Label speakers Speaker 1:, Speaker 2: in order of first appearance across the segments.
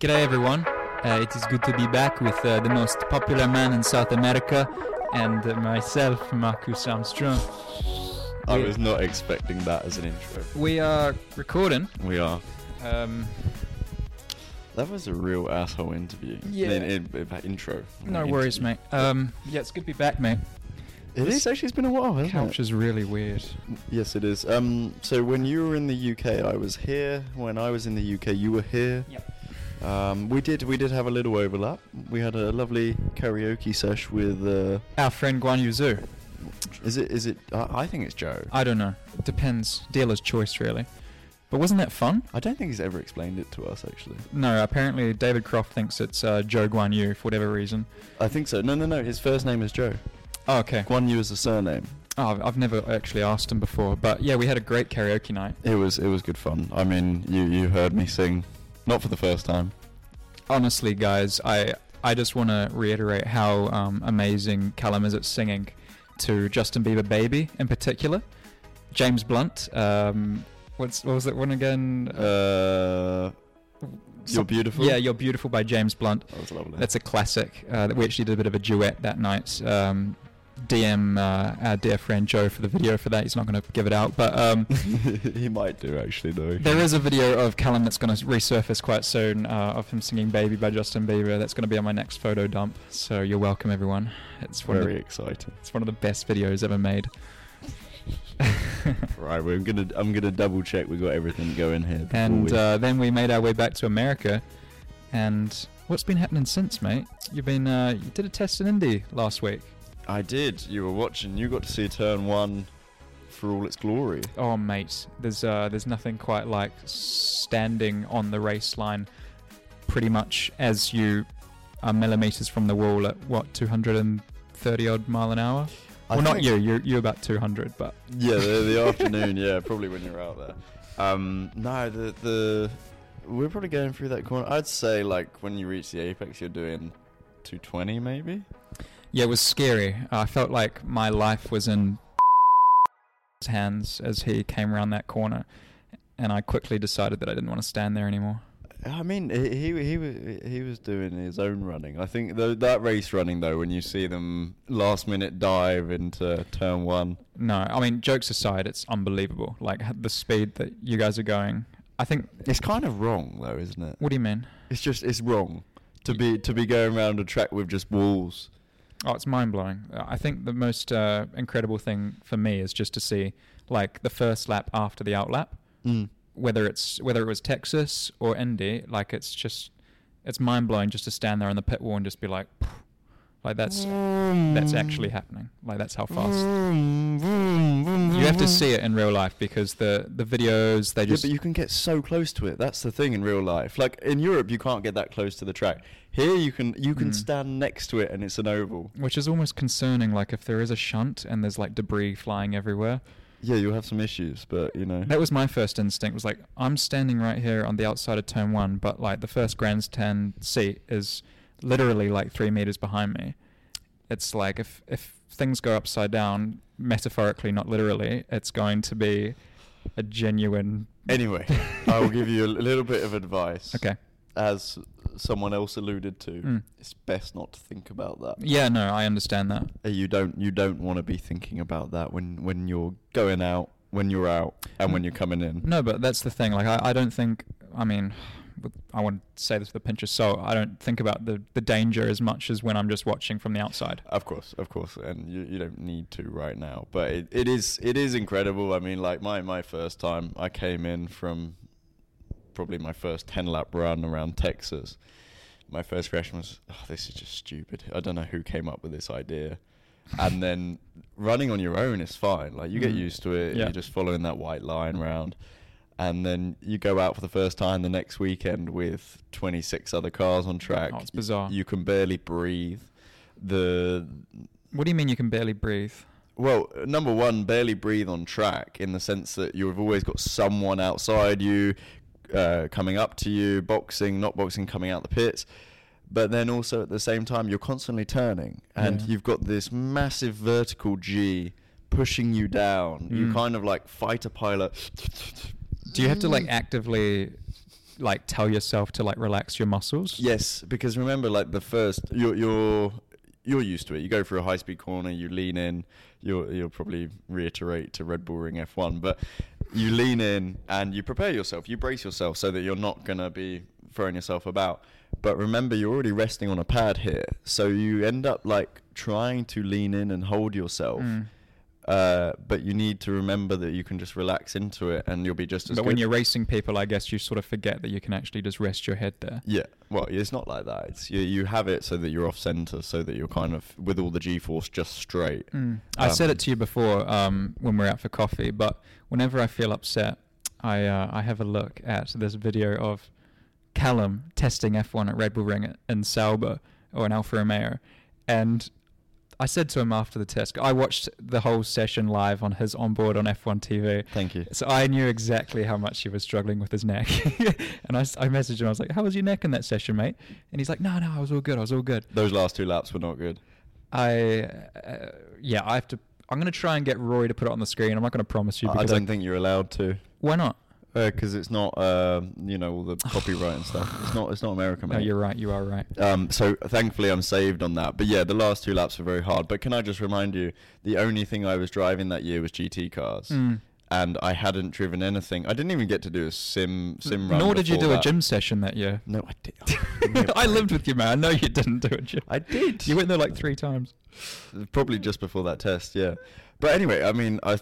Speaker 1: G'day, everyone. Uh, it is good to be back with uh, the most popular man in South America and uh, myself, Marcus Armstrong.
Speaker 2: I
Speaker 1: Yeah.
Speaker 2: was not expecting that as an intro.
Speaker 1: We are recording.
Speaker 2: We are.
Speaker 1: Um,
Speaker 2: That was a real asshole interview.
Speaker 1: Yeah.
Speaker 2: In, in, in- intro.
Speaker 1: no worries, mate. Um, yeah, it's good to be back, mate.
Speaker 2: It is actually. It's been a while, hasn't
Speaker 1: Couch
Speaker 2: it?
Speaker 1: is really weird.
Speaker 2: Yes, it is. Um, so when you were in the UK, I was here. When I was in the UK, you were here.
Speaker 1: Yep.
Speaker 2: Um, we did. We did have a little overlap. We had a lovely karaoke sesh with. Uh,
Speaker 1: Our friend Guan Yu Zhu.
Speaker 2: is it? Is it? I, I think it's Joe. I,
Speaker 1: I don't know. Depends. Dealer's choice, really. But wasn't that fun?
Speaker 2: don't think he's ever explained it to us actually.
Speaker 1: No, apparently David Croft thinks it's uh, Joe Guan Yu for whatever reason.
Speaker 2: I think so. No, no, no. His first name is Joe.
Speaker 1: Oh, okay.
Speaker 2: Guan Yu is the surname.
Speaker 1: Oh, I've- I've never actually asked him before, but yeah, we had a great karaoke night.
Speaker 2: It was it was good fun. I mean, you you heard me sing, not for the first time.
Speaker 1: Honestly, guys, I I just want to reiterate how um, amazing Callum is at singing to Justin Bieber, "Baby" in particular. James Blunt. Um, what's what was that one again?
Speaker 2: Uh, you're
Speaker 1: Some-
Speaker 2: beautiful.
Speaker 1: Yeah, "You're Beautiful" by James Blunt.
Speaker 2: that was lovely.
Speaker 1: That's a classic. Uh, we actually did a bit of a duet that night. Um, DM uh, our dear friend Joe for the video for that. He's not going to give it out, but um,
Speaker 2: he might do actually though.
Speaker 1: There is a video of Callum that's going to resurface quite soon uh, of him singing "Baby" by Justin Bieber. That's going to be on my next photo dump. So you're welcome, everyone. It's one, of
Speaker 2: Very
Speaker 1: the,
Speaker 2: exciting.
Speaker 1: it's one of the best videos ever made.
Speaker 2: Right, we're gonna I'm gonna double check we got everything going here. before
Speaker 1: and
Speaker 2: we-
Speaker 1: uh, then we made our way back to America. And what's been happening since, mate? You've been uh, you did a test in Indy last week.
Speaker 2: I did. You were watching. You got to see turn one for all its glory.
Speaker 1: Oh, mate, there's uh, there's nothing quite like standing on the race line, pretty much as you are millimeters from the wall at what 230 odd mile an hour.
Speaker 2: I
Speaker 1: well, not
Speaker 2: think-
Speaker 1: you. You're you're about 200, but
Speaker 2: Yeah, the, the afternoon. Yeah, probably when you're out
Speaker 1: Uh,
Speaker 2: there. Um, no, the the we're probably going through that corner. I'd say like when you reach the apex, you're doing 220 maybe.
Speaker 1: yeah, it was scary. I felt like my life was in hands as he came around that corner, and I quickly decided that I didn't want to stand there anymore.
Speaker 2: I mean, he he he wa- he was doing his own running. I think tho- that race running though, when you see them last minute dive into turn one,
Speaker 1: No, I mean jokes aside, it's unbelievable. Like the speed that you guys are going. I think.
Speaker 2: it's kind of wrong though, isn't it?
Speaker 1: What do you mean?
Speaker 2: It's just it's wrong to be to be going around a track with just walls.
Speaker 1: Oh, it's mind blowing. I think the most uh, incredible thing for me is just to see like the first lap after the outlap,
Speaker 2: Mm.
Speaker 1: whether it's whether it was Texas or Indy. Like it's just it's mind blowing just to stand there on the pit wall and just be like, "Phew." like that's that's actually happening. Like that's how fast. You have to see it in real life because the the videos they
Speaker 2: Yeah,
Speaker 1: just
Speaker 2: but you can get so close to it. That's the thing in real life. Like in Europe, you can't get that close to the track. Here, you can you can
Speaker 1: Mm.
Speaker 2: stand next to it, and it's an oval.
Speaker 1: which is almost concerning. Like if there is a shunt and there's like debris flying everywhere.
Speaker 2: Yeah, you'll have some issues, but you know.
Speaker 1: That was my first instinct. Was like, I'm standing right here on the outside of turn one, but like the first grandstand seat is literally like three meters behind me. It's like if if things go upside down, metaphorically, not literally, it's going to be a genuine.
Speaker 2: Anyway, I will give you a little bit of advice.
Speaker 1: Okay.
Speaker 2: As someone else alluded to,
Speaker 1: Mm.
Speaker 2: it's best not to think about that.
Speaker 1: Yeah. No, I understand that.
Speaker 2: Uh, You don't you don't want to be thinking about that when when you're going out, when you're out, and when you're coming in.
Speaker 1: Hmm. No, but that's the thing. Like, I, I don't think. I mean, with- I want to say this with a pinch of salt. I don't think about the the danger as much as when I'm just watching from the outside.
Speaker 2: Of course, of course, and you, you don't need to right now, but it, it is it is incredible. I mean, like my my first time, I came in from probably my first ten lap run around Texas. My first reaction was, oh, "This is just stupid." I don't know who came up with this idea. And then running on your own is fine. Like you get
Speaker 1: Mm.
Speaker 2: used to it.
Speaker 1: Yeah.
Speaker 2: You're just following that white line round. And then you go out for the first time the next weekend with 26 other cars on track.
Speaker 1: Oh, it's bizarre.
Speaker 2: You can barely breathe. The
Speaker 1: What do you mean you can barely breathe?
Speaker 2: well, number one, barely breathe on track in the sense that you've always got someone outside you, uh, coming up to you, boxing, not boxing, coming out the pits. But then also at the same time, you're constantly turning, and
Speaker 1: Yeah.
Speaker 2: you've got this massive vertical G pushing you down. You
Speaker 1: Mm.
Speaker 2: kind of like fighter pilot.
Speaker 1: Do you have to like actively like tell yourself to like relax your muscles.
Speaker 2: Yes, because remember, like the first, you're you're you're used to it. You go for a high speed corner, you lean in. You'll you'll probably reiterate to Red Bull Ring F1, but you lean in and you prepare yourself. You brace yourself so that you're not gonna be throwing yourself about. But remember, you're already resting on a pad here, so you end up like trying to lean in and hold yourself.
Speaker 1: Mm.
Speaker 2: Uh, but you need to remember that you can just relax into it, and you'll be just as
Speaker 1: But when
Speaker 2: good.
Speaker 1: you're racing people, I guess you sort of forget that you can actually just rest your head there.
Speaker 2: Yeah, well, it's not like that. It's you, you have it so that you're off center, so that you're kind of with all the g-force just straight.
Speaker 1: Mm. I said
Speaker 2: Um,
Speaker 1: it to you before um, when we were out for coffee, but whenever I feel upset, I uh, I have a look at this video of Callum testing F1 at Red Bull Ring in Sauber or in Alfa Romeo, and I said to him after the test, I watched the whole session live on his onboard on F1 TV.
Speaker 2: Thank you.
Speaker 1: So I knew exactly how much he was struggling with his neck, and I, s- I messaged him. I was like, "How was your neck in that session, mate?" And he's like, "No, no, I was all good. I was all good."
Speaker 2: Those last two laps were not good.
Speaker 1: I uh, yeah, I have to. I'm gonna try and get Rory to put it on the screen. I'm not gonna promise you.
Speaker 2: I- I
Speaker 1: Because
Speaker 2: don't think you're allowed to,
Speaker 1: Why not?
Speaker 2: because it's not, uh, you know, all the copyright and stuff. It's not. It's not American.
Speaker 1: No,
Speaker 2: mate.
Speaker 1: you're right. You are right.
Speaker 2: Um, so thankfully, I'm saved on that. But yeah, the last two laps were very hard. But can I just remind you, the only thing I was driving that year was GT cars,
Speaker 1: Mm.
Speaker 2: and I hadn't driven anything. I didn't even get to do a sim sim run.
Speaker 1: Nor did you
Speaker 2: before
Speaker 1: do a
Speaker 2: that.
Speaker 1: gym session that year.
Speaker 2: No, I did. oh, give me a
Speaker 1: I lived
Speaker 2: break.
Speaker 1: with you, man. I know you didn't do a gym.
Speaker 2: I did.
Speaker 1: You went there like three times.
Speaker 2: Probably just before that test, yeah. But anyway, I mean, I.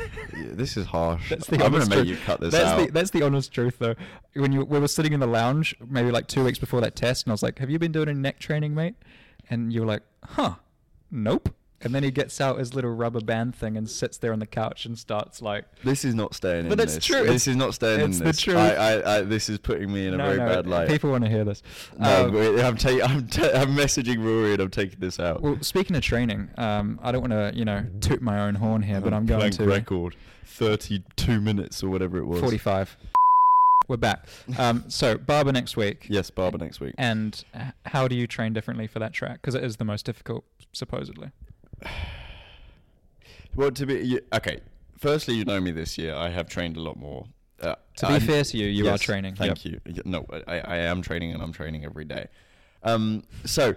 Speaker 2: this is harsh.
Speaker 1: That's the
Speaker 2: I'm gonna
Speaker 1: honest
Speaker 2: make
Speaker 1: truth.
Speaker 2: you cut this
Speaker 1: that's
Speaker 2: out.
Speaker 1: The, that's the honest truth, though. When you we were sitting in the lounge, maybe like two weeks before that test, and I was like, "Have you been doing any neck training, mate?" And you were like, "Huh, nope." And then he gets out his little rubber band thing and sits there on the couch and starts like,
Speaker 2: this is not staying in
Speaker 1: But it's
Speaker 2: this.
Speaker 1: true.
Speaker 2: This is not staying
Speaker 1: It's
Speaker 2: in
Speaker 1: the
Speaker 2: this.
Speaker 1: truth.
Speaker 2: I, I, I, this is putting me in a
Speaker 1: no,
Speaker 2: very
Speaker 1: no,
Speaker 2: bad light.
Speaker 1: People want to hear this.
Speaker 2: no,
Speaker 1: Um,
Speaker 2: wait, I'm, ta- I'm, ta- I'm messaging Rory and I'm taking this out.
Speaker 1: well, speaking of training, um, I don't want to, you know, toot my own horn here, but I'm going
Speaker 2: Blank
Speaker 1: to
Speaker 2: record 32 minutes or whatever it was.
Speaker 1: 45. We're back. Um, so Barber next week.
Speaker 2: Yes, Barber next week.
Speaker 1: And h- how do you train differently for that track? Because it is the most difficult, supposedly.
Speaker 2: Well, to be you, okay. Firstly, you know me this year. I have trained a lot more. Uh,
Speaker 1: To be fair to you, you are training.
Speaker 2: Thank you. Y- No, I, I am training and I'm training every day. Um, so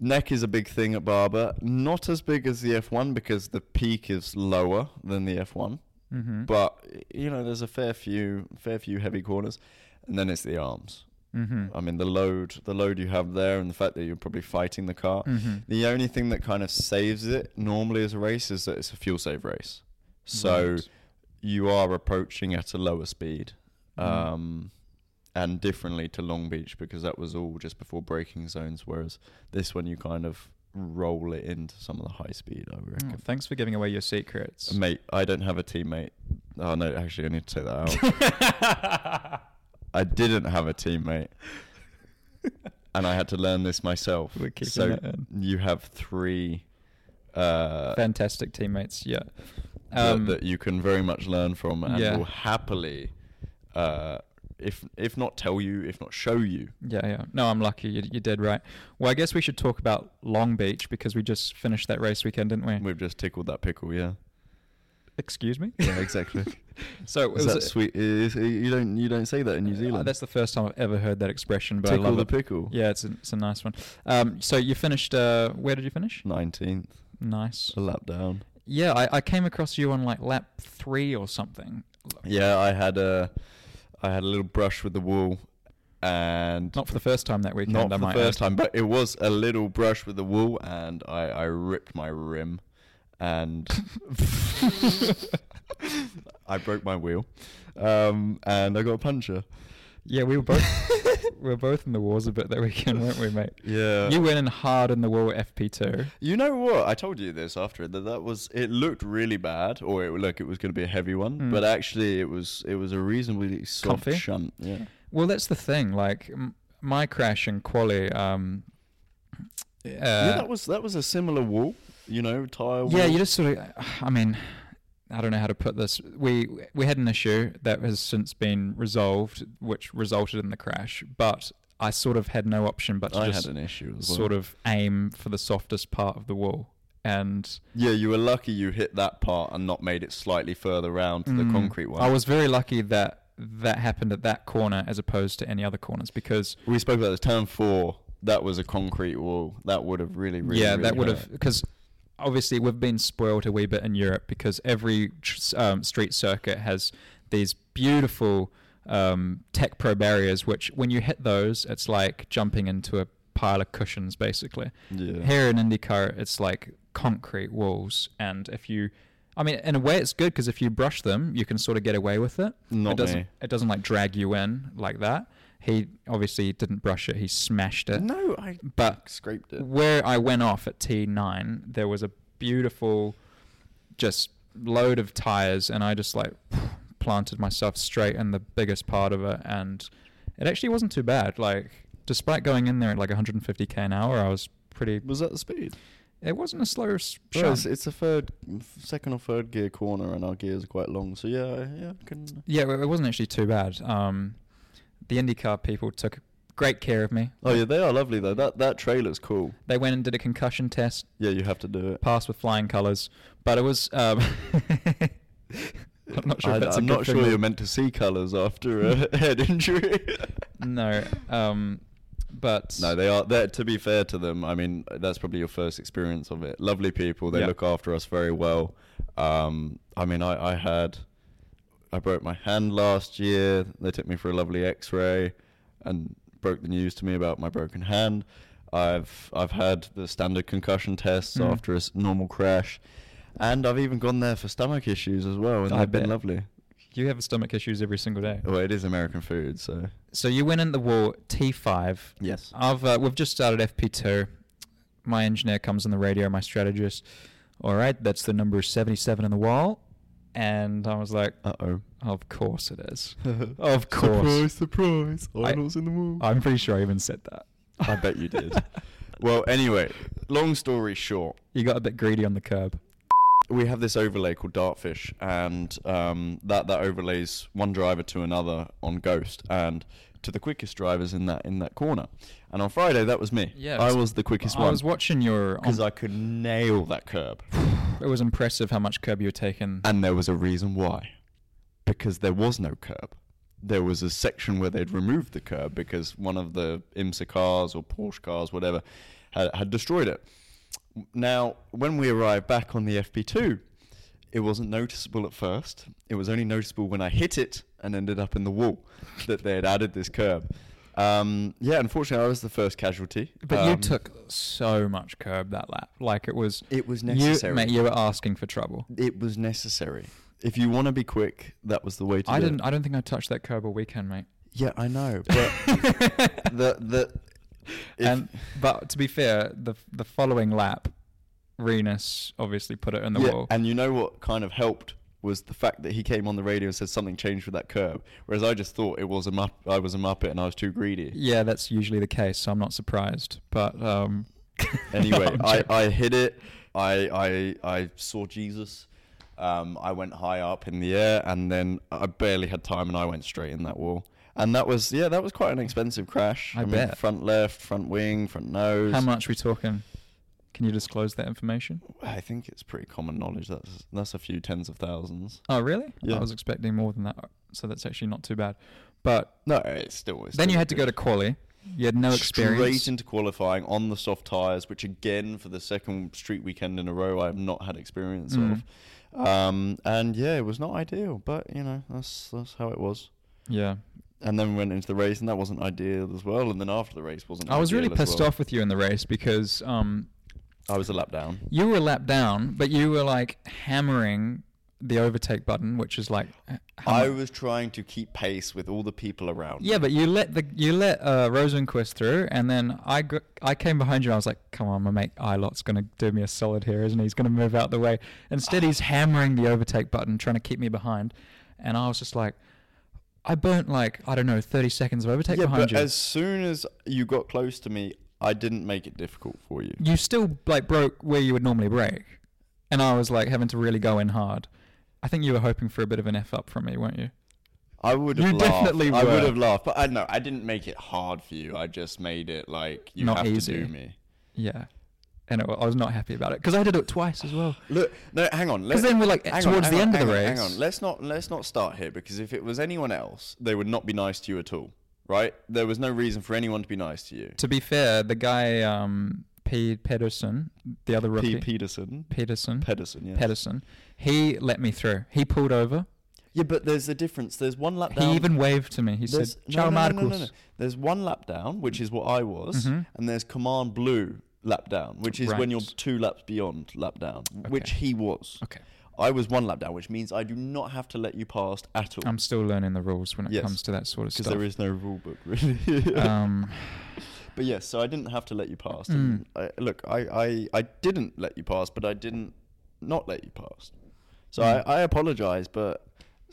Speaker 2: neck is a big thing at Barber. Not as big as the F1 because the peak is lower than the F1.
Speaker 1: Mm-hmm.
Speaker 2: But you know, there's a fair few, fair few heavy corners, and then it's the arms.
Speaker 1: hmm
Speaker 2: I mean, the load, the load you have there, and the fact that you're probably fighting the car.
Speaker 1: hmm
Speaker 2: The only thing that kind of saves it normally as a race is that it's a fuel save race. So
Speaker 1: Right.
Speaker 2: you are approaching at a lower speed
Speaker 1: Mm.
Speaker 2: um, and differently to Long Beach because that was all just before braking zones, whereas this one you kind of roll it into some of the high speed, I
Speaker 1: Oh,
Speaker 2: reckon.
Speaker 1: thanks for giving away your secrets.
Speaker 2: Mate, I don't have a teammate. Oh, no, actually, I need to take that out. Uh, I didn't have a teammate. and I had to learn this myself.
Speaker 1: We're keeping
Speaker 2: so
Speaker 1: that in.
Speaker 2: you have three uh,
Speaker 1: Fantastic teammates. Yeah.
Speaker 2: that-
Speaker 1: Um,
Speaker 2: that, you can very much learn from and
Speaker 1: yeah.
Speaker 2: will happily, uh, if if not tell you, if not show you.
Speaker 1: Yeah, yeah. No, I'm lucky. You, you did right. Well, I guess we should talk about Long Beach because we just finished that race weekend, didn't we?
Speaker 2: We've just tickled that pickle, yeah.
Speaker 1: Excuse me.
Speaker 2: Yeah, exactly.
Speaker 1: so it
Speaker 2: Is
Speaker 1: was
Speaker 2: that sweet? is- you don't you don't say that in New Zealand.
Speaker 1: Uh, that's the first time I've ever heard that expression, but I
Speaker 2: tickle
Speaker 1: love
Speaker 2: the
Speaker 1: it.
Speaker 2: pickle.
Speaker 1: Yeah, it's a, it's a nice one. Um, so you finished. Uh, where did you finish?
Speaker 2: Nineteenth,
Speaker 1: Nice.
Speaker 2: a lap down.
Speaker 1: Yeah, I, I came across you on like lap three or something.
Speaker 2: Yeah, I had a I had a little brush with the wall, and
Speaker 1: Not for the first time that weekend.
Speaker 2: not
Speaker 1: I
Speaker 2: for the
Speaker 1: might
Speaker 2: first
Speaker 1: add.
Speaker 2: time, but it was a little brush with the wall, and I, I ripped my rim, and I broke my wheel, um, and I got a puncture.
Speaker 1: Yeah, we were both we were both in the wars a bit that weekend, weren't we, mate?
Speaker 2: Yeah.
Speaker 1: You went in hard in the wall at FP two.
Speaker 2: You know what? I told you this after it that that was it looked really bad, or it look it was going to be a heavy one,
Speaker 1: Mm.
Speaker 2: but actually it was it was a reasonably soft
Speaker 1: Comfy?
Speaker 2: shunt. Yeah.
Speaker 1: Well, that's the thing. Like m- my crash in quali. Um, uh,
Speaker 2: yeah, that was that was a similar wall, you know, tire.
Speaker 1: yeah,
Speaker 2: wall.
Speaker 1: you just sort of. I mean, I don't know how to put this. We we had an issue that has since been resolved, which resulted in the crash. But I sort of had no option but to
Speaker 2: I
Speaker 1: just
Speaker 2: had an issue as well.
Speaker 1: sort of aim for the softest part of the wall. And
Speaker 2: Yeah, you were lucky you hit that part and not made it slightly further round to the
Speaker 1: Mm.
Speaker 2: concrete one.
Speaker 1: I was very lucky that that happened at that corner as opposed to any other corners because
Speaker 2: We spoke about this. Turn four, that was a concrete wall. That would have really, really,
Speaker 1: yeah,
Speaker 2: really
Speaker 1: that would
Speaker 2: hurt.
Speaker 1: have because obviously we've been spoiled a wee bit in Europe because every tr- um, street circuit has these beautiful um, tech pro barriers, which when you hit those, it's like jumping into a pile of cushions, basically.
Speaker 2: Yeah.
Speaker 1: Here in IndyCar, it's like concrete walls, and if you I mean, in a way, it's good because if you brush them, you can sort of get away with it.
Speaker 2: Not
Speaker 1: it doesn't,
Speaker 2: me.
Speaker 1: It doesn't like drag you in like that. He obviously didn't brush it; he smashed it.
Speaker 2: No, I
Speaker 1: But
Speaker 2: scraped it.
Speaker 1: Where I went off at T9, there was a beautiful, just load of tires, and I just like planted myself straight in the biggest part of it, and it actually wasn't too bad. Like, despite going in there at like 150k an hour, I was pretty.
Speaker 2: Was that the speed?
Speaker 1: It wasn't a slow s-
Speaker 2: Well, it's,
Speaker 1: shunt.
Speaker 2: it's a third, second or third gear corner, and our gears are quite long. So yeah, I- yeah, I can.
Speaker 1: Yeah, it it wasn't actually too bad. Um, the IndyCar people took great care of me.
Speaker 2: Oh yeah, they are lovely though. That that trailer's cool.
Speaker 1: They went and did a concussion test,
Speaker 2: Yeah, you have to do it.
Speaker 1: passed with flying colours. But it was. Um, I'm not sure.
Speaker 2: I,
Speaker 1: if that's a
Speaker 2: am
Speaker 1: good
Speaker 2: not
Speaker 1: thing
Speaker 2: sure
Speaker 1: or-
Speaker 2: you're meant to see colours after a head injury.
Speaker 1: No, um, but
Speaker 2: No, they are. They're, to be fair to them, I mean, that's probably your first experience of it. Lovely people. They
Speaker 1: Yeah.
Speaker 2: look after us very well. Um, I mean, I, I had, I broke my hand last year. They took me for a lovely X-ray, and broke the news to me about my broken hand. I've I've had the standard concussion tests
Speaker 1: Mm.
Speaker 2: after a s- normal crash, and I've even gone there for stomach issues as well, and
Speaker 1: I
Speaker 2: they've been
Speaker 1: bet.
Speaker 2: lovely.
Speaker 1: you have stomach issues every single day.
Speaker 2: Well, it is American food, so
Speaker 1: So you went in the wall T5.
Speaker 2: yes.
Speaker 1: I've uh, we've just started FP2. My engineer comes on the radio. My strategist. All right, that's the number 77 on the wall, and I was like,
Speaker 2: Uh oh.
Speaker 1: of course it is. Of course.
Speaker 2: Surprise, surprise.
Speaker 1: I-
Speaker 2: Arnold's in the wall.
Speaker 1: I'm pretty sure I even said that.
Speaker 2: I bet you did. well, anyway, long story short,
Speaker 1: You got a bit greedy on the curb.
Speaker 2: we have this overlay called Dartfish, and um, that that overlays one driver to another on Ghost, and to the quickest drivers in that in that corner. And on Friday, that was me.
Speaker 1: Yeah,
Speaker 2: I
Speaker 1: it's-
Speaker 2: was the quickest
Speaker 1: I
Speaker 2: one
Speaker 1: was watching your. um,
Speaker 2: because I could nail that curb,
Speaker 1: it was impressive how much curb you were taking.
Speaker 2: and there was a reason why, because there was no curb. There was a section where they'd removed the curb because one of the IMSA cars or Porsche cars, whatever, had, had destroyed it. Now, when we arrived back on the FP2, it wasn't noticeable at first. It was only noticeable when I hit it and ended up in the wall that they had added this curb. Um, yeah, unfortunately, I was the first casualty.
Speaker 1: But you
Speaker 2: Um,
Speaker 1: took so much curb that lap. Like it was.
Speaker 2: It was
Speaker 1: You,
Speaker 2: necessary.
Speaker 1: mate, you were asking for trouble.
Speaker 2: It was necessary. If you want to be quick, that was the way to
Speaker 1: I
Speaker 2: do
Speaker 1: didn't.
Speaker 2: It.
Speaker 1: I don't think I touched that curb all weekend, mate.
Speaker 2: Yeah, I know. But the the if-
Speaker 1: and but to be fair, the the following lap, Renus obviously put it in the
Speaker 2: yeah,
Speaker 1: wall.
Speaker 2: and you know what kind of helped was the fact that he came on the radio and said something changed with that curb, whereas I just thought it was a mupp- I was a muppet and I was too greedy.
Speaker 1: yeah, that's usually the case. So I'm not surprised. But um,
Speaker 2: Anyway,
Speaker 1: I'm
Speaker 2: I,
Speaker 1: joking.
Speaker 2: I hit it. I I I saw Jesus. Um, I went high up in the air, and then I barely had time, and I went straight in that wall. And that was yeah, that was quite an expensive crash.
Speaker 1: I bet.
Speaker 2: front left, front wing, front nose.
Speaker 1: how much we talking? Can you disclose that information?
Speaker 2: I think it's pretty common knowledge. That's that's a few tens of thousands.
Speaker 1: Oh, really?
Speaker 2: Yeah.
Speaker 1: I was expecting more than that. So that's actually not too bad. But
Speaker 2: No, it's still. It's
Speaker 1: then
Speaker 2: still
Speaker 1: you had to
Speaker 2: good.
Speaker 1: go to quali. You had no experience.
Speaker 2: Straight into qualifying on the soft tyres, which again for the second street weekend in a row, I have not had experience
Speaker 1: Mm.
Speaker 2: of. Um, and yeah, it was not ideal, but you know that's that's how it was.
Speaker 1: yeah.
Speaker 2: And then we went into the race, and that wasn't ideal as well. And then after the race wasn't.
Speaker 1: I was really
Speaker 2: ideal as
Speaker 1: pissed
Speaker 2: well.
Speaker 1: off with you in the race because um,
Speaker 2: I was a lap down.
Speaker 1: you were a lap down, but you were like hammering the overtake button, which is like. uh, h- how
Speaker 2: I
Speaker 1: mu-
Speaker 2: was trying to keep pace with all the people around.
Speaker 1: yeah, but you let the you let uh, Rosenquist through, and then I gr- I came behind you. and I was like, "Come on, my mate, Ilot's gonna do me a solid here, isn't he? He's gonna move out the way." Instead, he's hammering the overtake button, trying to keep me behind, and I was just like, "I burnt like I don't know, thirty seconds of overtake
Speaker 2: yeah,
Speaker 1: behind
Speaker 2: but
Speaker 1: you."
Speaker 2: as soon as you got close to me, I didn't make it difficult for you.
Speaker 1: you still like broke where you would normally break, and I was like having to really go in hard. I think you were hoping for a bit of an f up from me, weren't you?
Speaker 2: I would have
Speaker 1: You
Speaker 2: laughed.
Speaker 1: definitely
Speaker 2: I would
Speaker 1: were.
Speaker 2: have laughed, but I know I didn't make it hard for you. I just made it like you
Speaker 1: Not
Speaker 2: have
Speaker 1: easy.
Speaker 2: to do me.
Speaker 1: Yeah. and it, wa- I was not happy about it because I did it twice as well.
Speaker 2: Look, no, hang on.
Speaker 1: Because
Speaker 2: let-
Speaker 1: then we're like
Speaker 2: hang on,
Speaker 1: towards
Speaker 2: hang
Speaker 1: the
Speaker 2: on,
Speaker 1: end of
Speaker 2: hang
Speaker 1: the
Speaker 2: on,
Speaker 1: race.
Speaker 2: Hang on, let's not let's not start here because if it was anyone else, they would not be nice to you at all, right? There was no reason for anyone to be nice to you.
Speaker 1: To be fair, the guy um, P. Pedersen, the other
Speaker 2: P.
Speaker 1: rookie,
Speaker 2: Peterson,
Speaker 1: Pedersen,
Speaker 2: Pedersen, yeah,
Speaker 1: Pedersen, he let me through. He pulled over.
Speaker 2: yeah. But there's a difference. There's one lap down.
Speaker 1: He even waved to me. He said,
Speaker 2: There's-
Speaker 1: "Ciao, Marcus."
Speaker 2: There's one lap down, which is what I was,
Speaker 1: Mhm.
Speaker 2: and there's command blue lap down, which is when
Speaker 1: Right.
Speaker 2: you're two laps beyond lap down, which he was.
Speaker 1: Okay,
Speaker 2: I was one lap down, which means I do not have to let you past at all
Speaker 1: I'm still learning the rules when it
Speaker 2: Yes.
Speaker 1: comes to that sort of
Speaker 2: because
Speaker 1: stuff.
Speaker 2: there is no rule book really.
Speaker 1: um,
Speaker 2: But yes, so I didn't have to let you pass.
Speaker 1: Mm.
Speaker 2: and I, look, I, I, I didn't let you pass, but I didn't not let you pass.
Speaker 1: Mm.
Speaker 2: So I, I apologize, but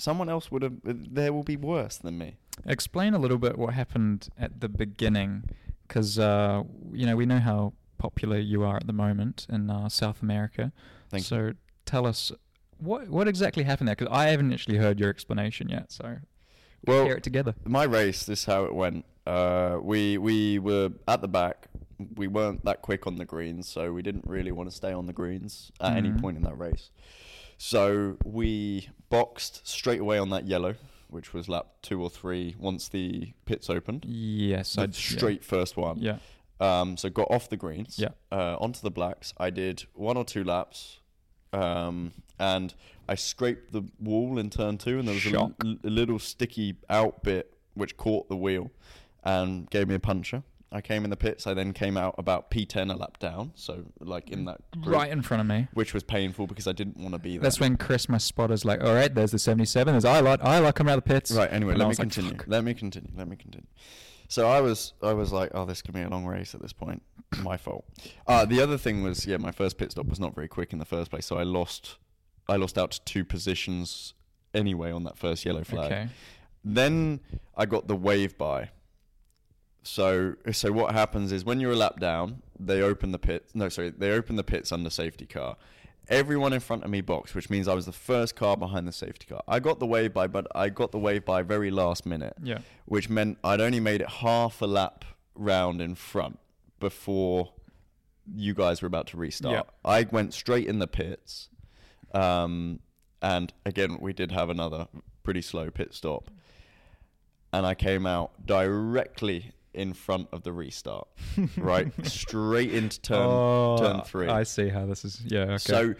Speaker 2: someone else would have. There will be worse than me.
Speaker 1: explain a little bit what happened at the beginning, because uh, you know we know how popular you are at the moment in uh, South America.
Speaker 2: Thank
Speaker 1: so tell us what what exactly happened there, because I haven't actually heard your explanation yet. So
Speaker 2: Well,
Speaker 1: hear it together.
Speaker 2: my race, this is how it went. Uh, we we were at the back. We weren't that quick on the greens, so we didn't really want to stay on the greens at any
Speaker 1: Mhm.
Speaker 2: point in that race. So we boxed straight away on that yellow, which was lap two or three once the pits opened.
Speaker 1: Yes,
Speaker 2: So
Speaker 1: I
Speaker 2: the straight first one.
Speaker 1: Yeah,
Speaker 2: Um, so got off the greens.
Speaker 1: Yeah.
Speaker 2: Uh, onto the blacks. I did one or two laps, um, and I scraped the wall in turn two, and there was a, l-
Speaker 1: Shock.
Speaker 2: a little sticky out bit which caught the wheel, and gave me a puncher. I came in the pits. I then came out about P10 a lap down, so like in that group,
Speaker 1: right in front of me.
Speaker 2: which was painful because I didn't want to be there.
Speaker 1: That's when Chris, my spotter's like, "All right, there's the 77. There's I lot, I lot coming out of the pits."
Speaker 2: Right. Anyway,
Speaker 1: And I
Speaker 2: let me
Speaker 1: was like,
Speaker 2: continue.
Speaker 1: "Fuck."
Speaker 2: let me continue. Let me continue. So I was, I was like, oh, this could be a long race at this point. My fault. Uh, the other thing was, yeah, my first pit stop was not very quick in the first place, so I lost, I lost out to two positions anyway on that first yellow flag.
Speaker 1: Okay.
Speaker 2: Then I got the wave by. So so what happens is when you're a lap down, they open the pits. No, sorry, they open the pits under safety car. Everyone in front of me boxed, which means I was the first car behind the safety car. I got the wave by, but I got the wave by very last minute,
Speaker 1: Yeah.
Speaker 2: which meant I'd only made it half a lap round in front before you guys were about to restart. I went straight in the pits. Um, and again, we did have another pretty slow pit stop. And I came out directly in front of the restart, right? Straight into turn,
Speaker 1: Oh,
Speaker 2: turn three.
Speaker 1: I see how this is. Yeah. Okay.
Speaker 2: So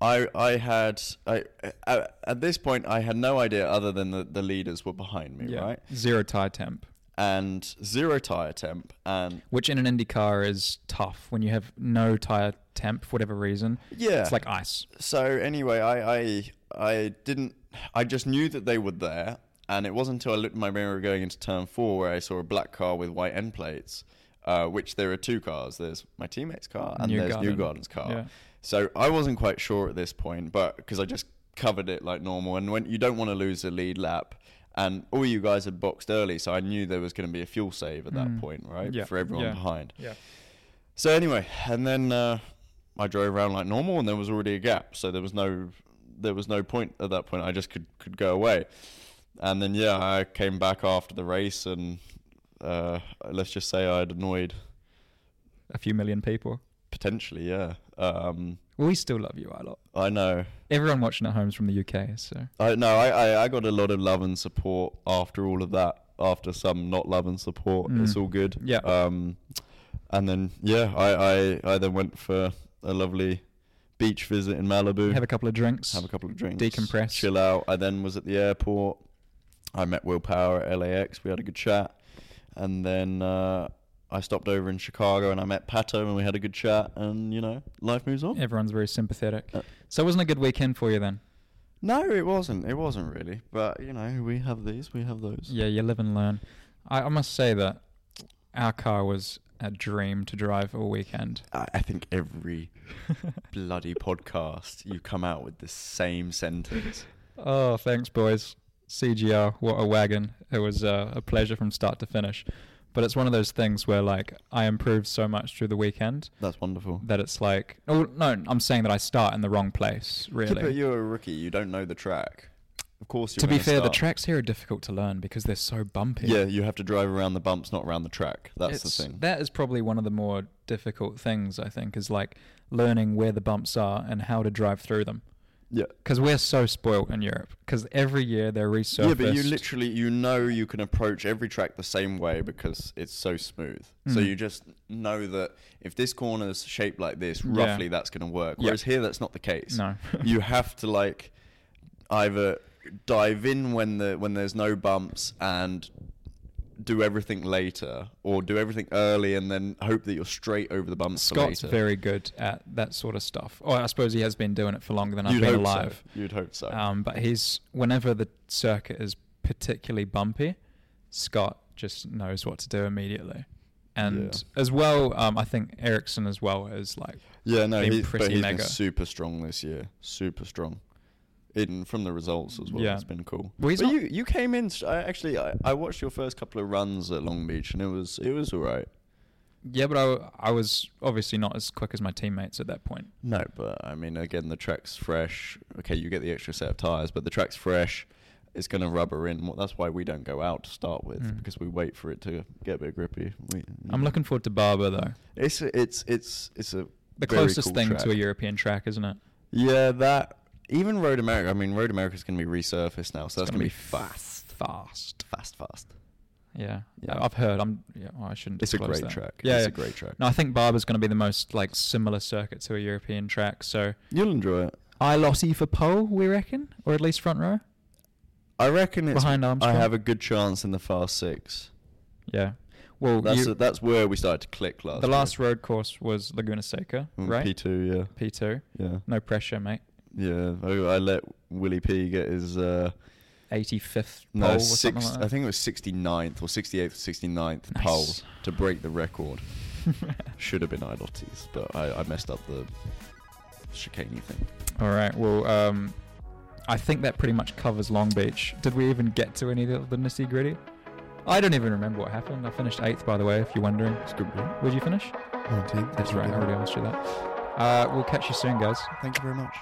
Speaker 2: I I had I, at, at this point I had no idea other than that the leaders were behind me,
Speaker 1: yeah.
Speaker 2: right?
Speaker 1: Zero tie temp.
Speaker 2: And zero tire temp and
Speaker 1: which in an Indy car is tough when you have no tire temp for whatever reason.
Speaker 2: yeah.
Speaker 1: It's like ice.
Speaker 2: so anyway, I, I I didn't. I just knew that they were there, and it wasn't until I looked in my mirror going into turn four where I saw a black car with white end plates, uh, which there are two cars. There's my teammate's car and
Speaker 1: New
Speaker 2: there's New
Speaker 1: Garden.
Speaker 2: Garden's car.
Speaker 1: Yeah.
Speaker 2: So I wasn't quite sure at this point, but because I just covered it like normal, and when you don't want to lose a lead lap. And all you guys had boxed early, so I knew there was going to be a fuel save at that
Speaker 1: Mm.
Speaker 2: point, right?
Speaker 1: Yeah.
Speaker 2: For everyone
Speaker 1: Yeah.
Speaker 2: behind.
Speaker 1: Yeah.
Speaker 2: So anyway, and then uh, I drove around like normal, and there was already a gap, so there was no there was no point at that point. I just could could go away, and then yeah, I came back after the race, and uh, let's just say I'd annoyed
Speaker 1: A few million people.
Speaker 2: potentially, yeah. Um,
Speaker 1: We still love you a lot.
Speaker 2: I know,
Speaker 1: Everyone watching at home's from the UK, so
Speaker 2: I know, I, I I got a lot of love and support after all of that. After some not love and support,
Speaker 1: Mm.
Speaker 2: it's all good.
Speaker 1: Yeah.
Speaker 2: Um, and then yeah, I I I then went for a lovely beach visit in Malibu.
Speaker 1: have a couple of drinks.
Speaker 2: have a couple of drinks,
Speaker 1: Decompress.
Speaker 2: chill out. I then was at the airport. I met Will Power at LAX. We had a good chat, and then uh, I stopped over in Chicago and I met Pato and we had a good chat. And you know, life moves on.
Speaker 1: Everyone's very sympathetic.
Speaker 2: Oh. Uh,
Speaker 1: so it wasn't a good weekend for you then.
Speaker 2: No, it wasn't. It wasn't really. But you know, we have these. We have those.
Speaker 1: Yeah, you live and learn. I, I must say that our car was a dream to drive all weekend.
Speaker 2: I, I think every bloody podcast you come out with the same sentence.
Speaker 1: Oh, thanks, boys. CGR, what a wagon. It was uh, a pleasure from start to finish. But it's one of those things where, like, I improved so much through the weekend
Speaker 2: That's wonderful.
Speaker 1: that it's like, oh, no, I'm saying that I start in the wrong place,
Speaker 2: Yeah, but
Speaker 1: really.
Speaker 2: you're a rookie. You don't know the track. Of course, you're
Speaker 1: to be
Speaker 2: gonna
Speaker 1: fair, the
Speaker 2: start-
Speaker 1: tracks here are difficult to learn because they're so bumpy.
Speaker 2: Yeah, you have to drive around the bumps, not around the track. That's
Speaker 1: It's-
Speaker 2: the thing.
Speaker 1: That is probably one of the more difficult things I think is like learning where the bumps are and how to drive through them.
Speaker 2: yeah.
Speaker 1: Because we're so spoilt in Europe. Because every year they're resurfaced.
Speaker 2: Yeah, but you literally you know you can approach every track the same way because it's so smooth. So
Speaker 1: Mm.
Speaker 2: you just know that if this corner's shaped like this,
Speaker 1: Yeah.
Speaker 2: roughly that's going to work.
Speaker 1: Yeah.
Speaker 2: Whereas here, that's not the case.
Speaker 1: No.
Speaker 2: you have to like either dive in when the when there's no bumps and do everything later, or do everything early and then hope that you're straight over the bumps. for
Speaker 1: Scott's
Speaker 2: later.
Speaker 1: very good at that sort of stuff. Or I suppose he has been doing it for longer than I've
Speaker 2: You'd
Speaker 1: been
Speaker 2: hope
Speaker 1: alive.
Speaker 2: So. You'd hope so.
Speaker 1: Um, but he's whenever the circuit is particularly bumpy, Scott just knows what to do immediately. And as well, um, I think Ericsson as well is like
Speaker 2: Yeah, no,
Speaker 1: been
Speaker 2: he's, but
Speaker 1: pretty
Speaker 2: he's
Speaker 1: mega.
Speaker 2: been super strong this year. Super strong. In from the results as well,
Speaker 1: Yeah.
Speaker 2: it's been cool.
Speaker 1: Well, he's
Speaker 2: but
Speaker 1: not-
Speaker 2: you you came in. st- I actually I, I watched your first couple of runs at Long Beach, and it was it was all right.
Speaker 1: yeah, but I, w- I was obviously not as quick as my teammates at that point.
Speaker 2: No, but I mean, again, the track's fresh. Okay, you get the extra set of tires, but the track's fresh. It's gonna rubber in. Well, that's why we don't go out to start with
Speaker 1: Mm.
Speaker 2: because we wait for it to get a bit grippy. We,
Speaker 1: I'm looking forward to Barber though.
Speaker 2: It's a- it's it's it's a
Speaker 1: The
Speaker 2: very
Speaker 1: closest
Speaker 2: cool
Speaker 1: thing to a
Speaker 2: track.
Speaker 1: European track, isn't it?
Speaker 2: Yeah, that even Road America. I mean, Road America's going to be resurfaced now, so that's going to be fast,
Speaker 1: Fast.
Speaker 2: fast, fast.
Speaker 1: Yeah.
Speaker 2: Yeah.
Speaker 1: I- I've heard. I'm. Yeah, well, I shouldn't.
Speaker 2: It's a
Speaker 1: disclose
Speaker 2: great
Speaker 1: that.
Speaker 2: track.
Speaker 1: Yeah,
Speaker 2: it's
Speaker 1: yeah.
Speaker 2: a great track.
Speaker 1: No, I think Barber's going to be the most like similar circuit to a European track. So
Speaker 2: You'll enjoy it.
Speaker 1: I lottie for pole, we reckon, or at least front row.
Speaker 2: I reckon it's.
Speaker 1: Behind Armstrong?
Speaker 2: I have a good chance in the fast six.
Speaker 1: Yeah. Well,
Speaker 2: That's
Speaker 1: you-
Speaker 2: that's where we started to click last.
Speaker 1: the
Speaker 2: year.
Speaker 1: last road course was Laguna Seca,
Speaker 2: Mm,
Speaker 1: right?
Speaker 2: P two, yeah,
Speaker 1: P two.
Speaker 2: yeah,
Speaker 1: No pressure, mate.
Speaker 2: yeah. Oh, I, I let Willie P get his uh,
Speaker 1: Eighty fifth pole
Speaker 2: no
Speaker 1: or something
Speaker 2: six.
Speaker 1: like that.
Speaker 2: I think it was 69th or 68th, 69th
Speaker 1: Nice.
Speaker 2: pole to break the record. Should have been Idotti's, but I, I messed up the chicane thing.
Speaker 1: All right. Well, um, I think that pretty much covers Long Beach. Did we even get to any of the nitty gritty? I don't even remember what happened. I finished eighth, by the way, if you're wondering.
Speaker 2: It's good. bro.
Speaker 1: Where'd you finish? That's right. I already asked you that. Uh, we'll catch you soon, guys.
Speaker 2: Thank you very much.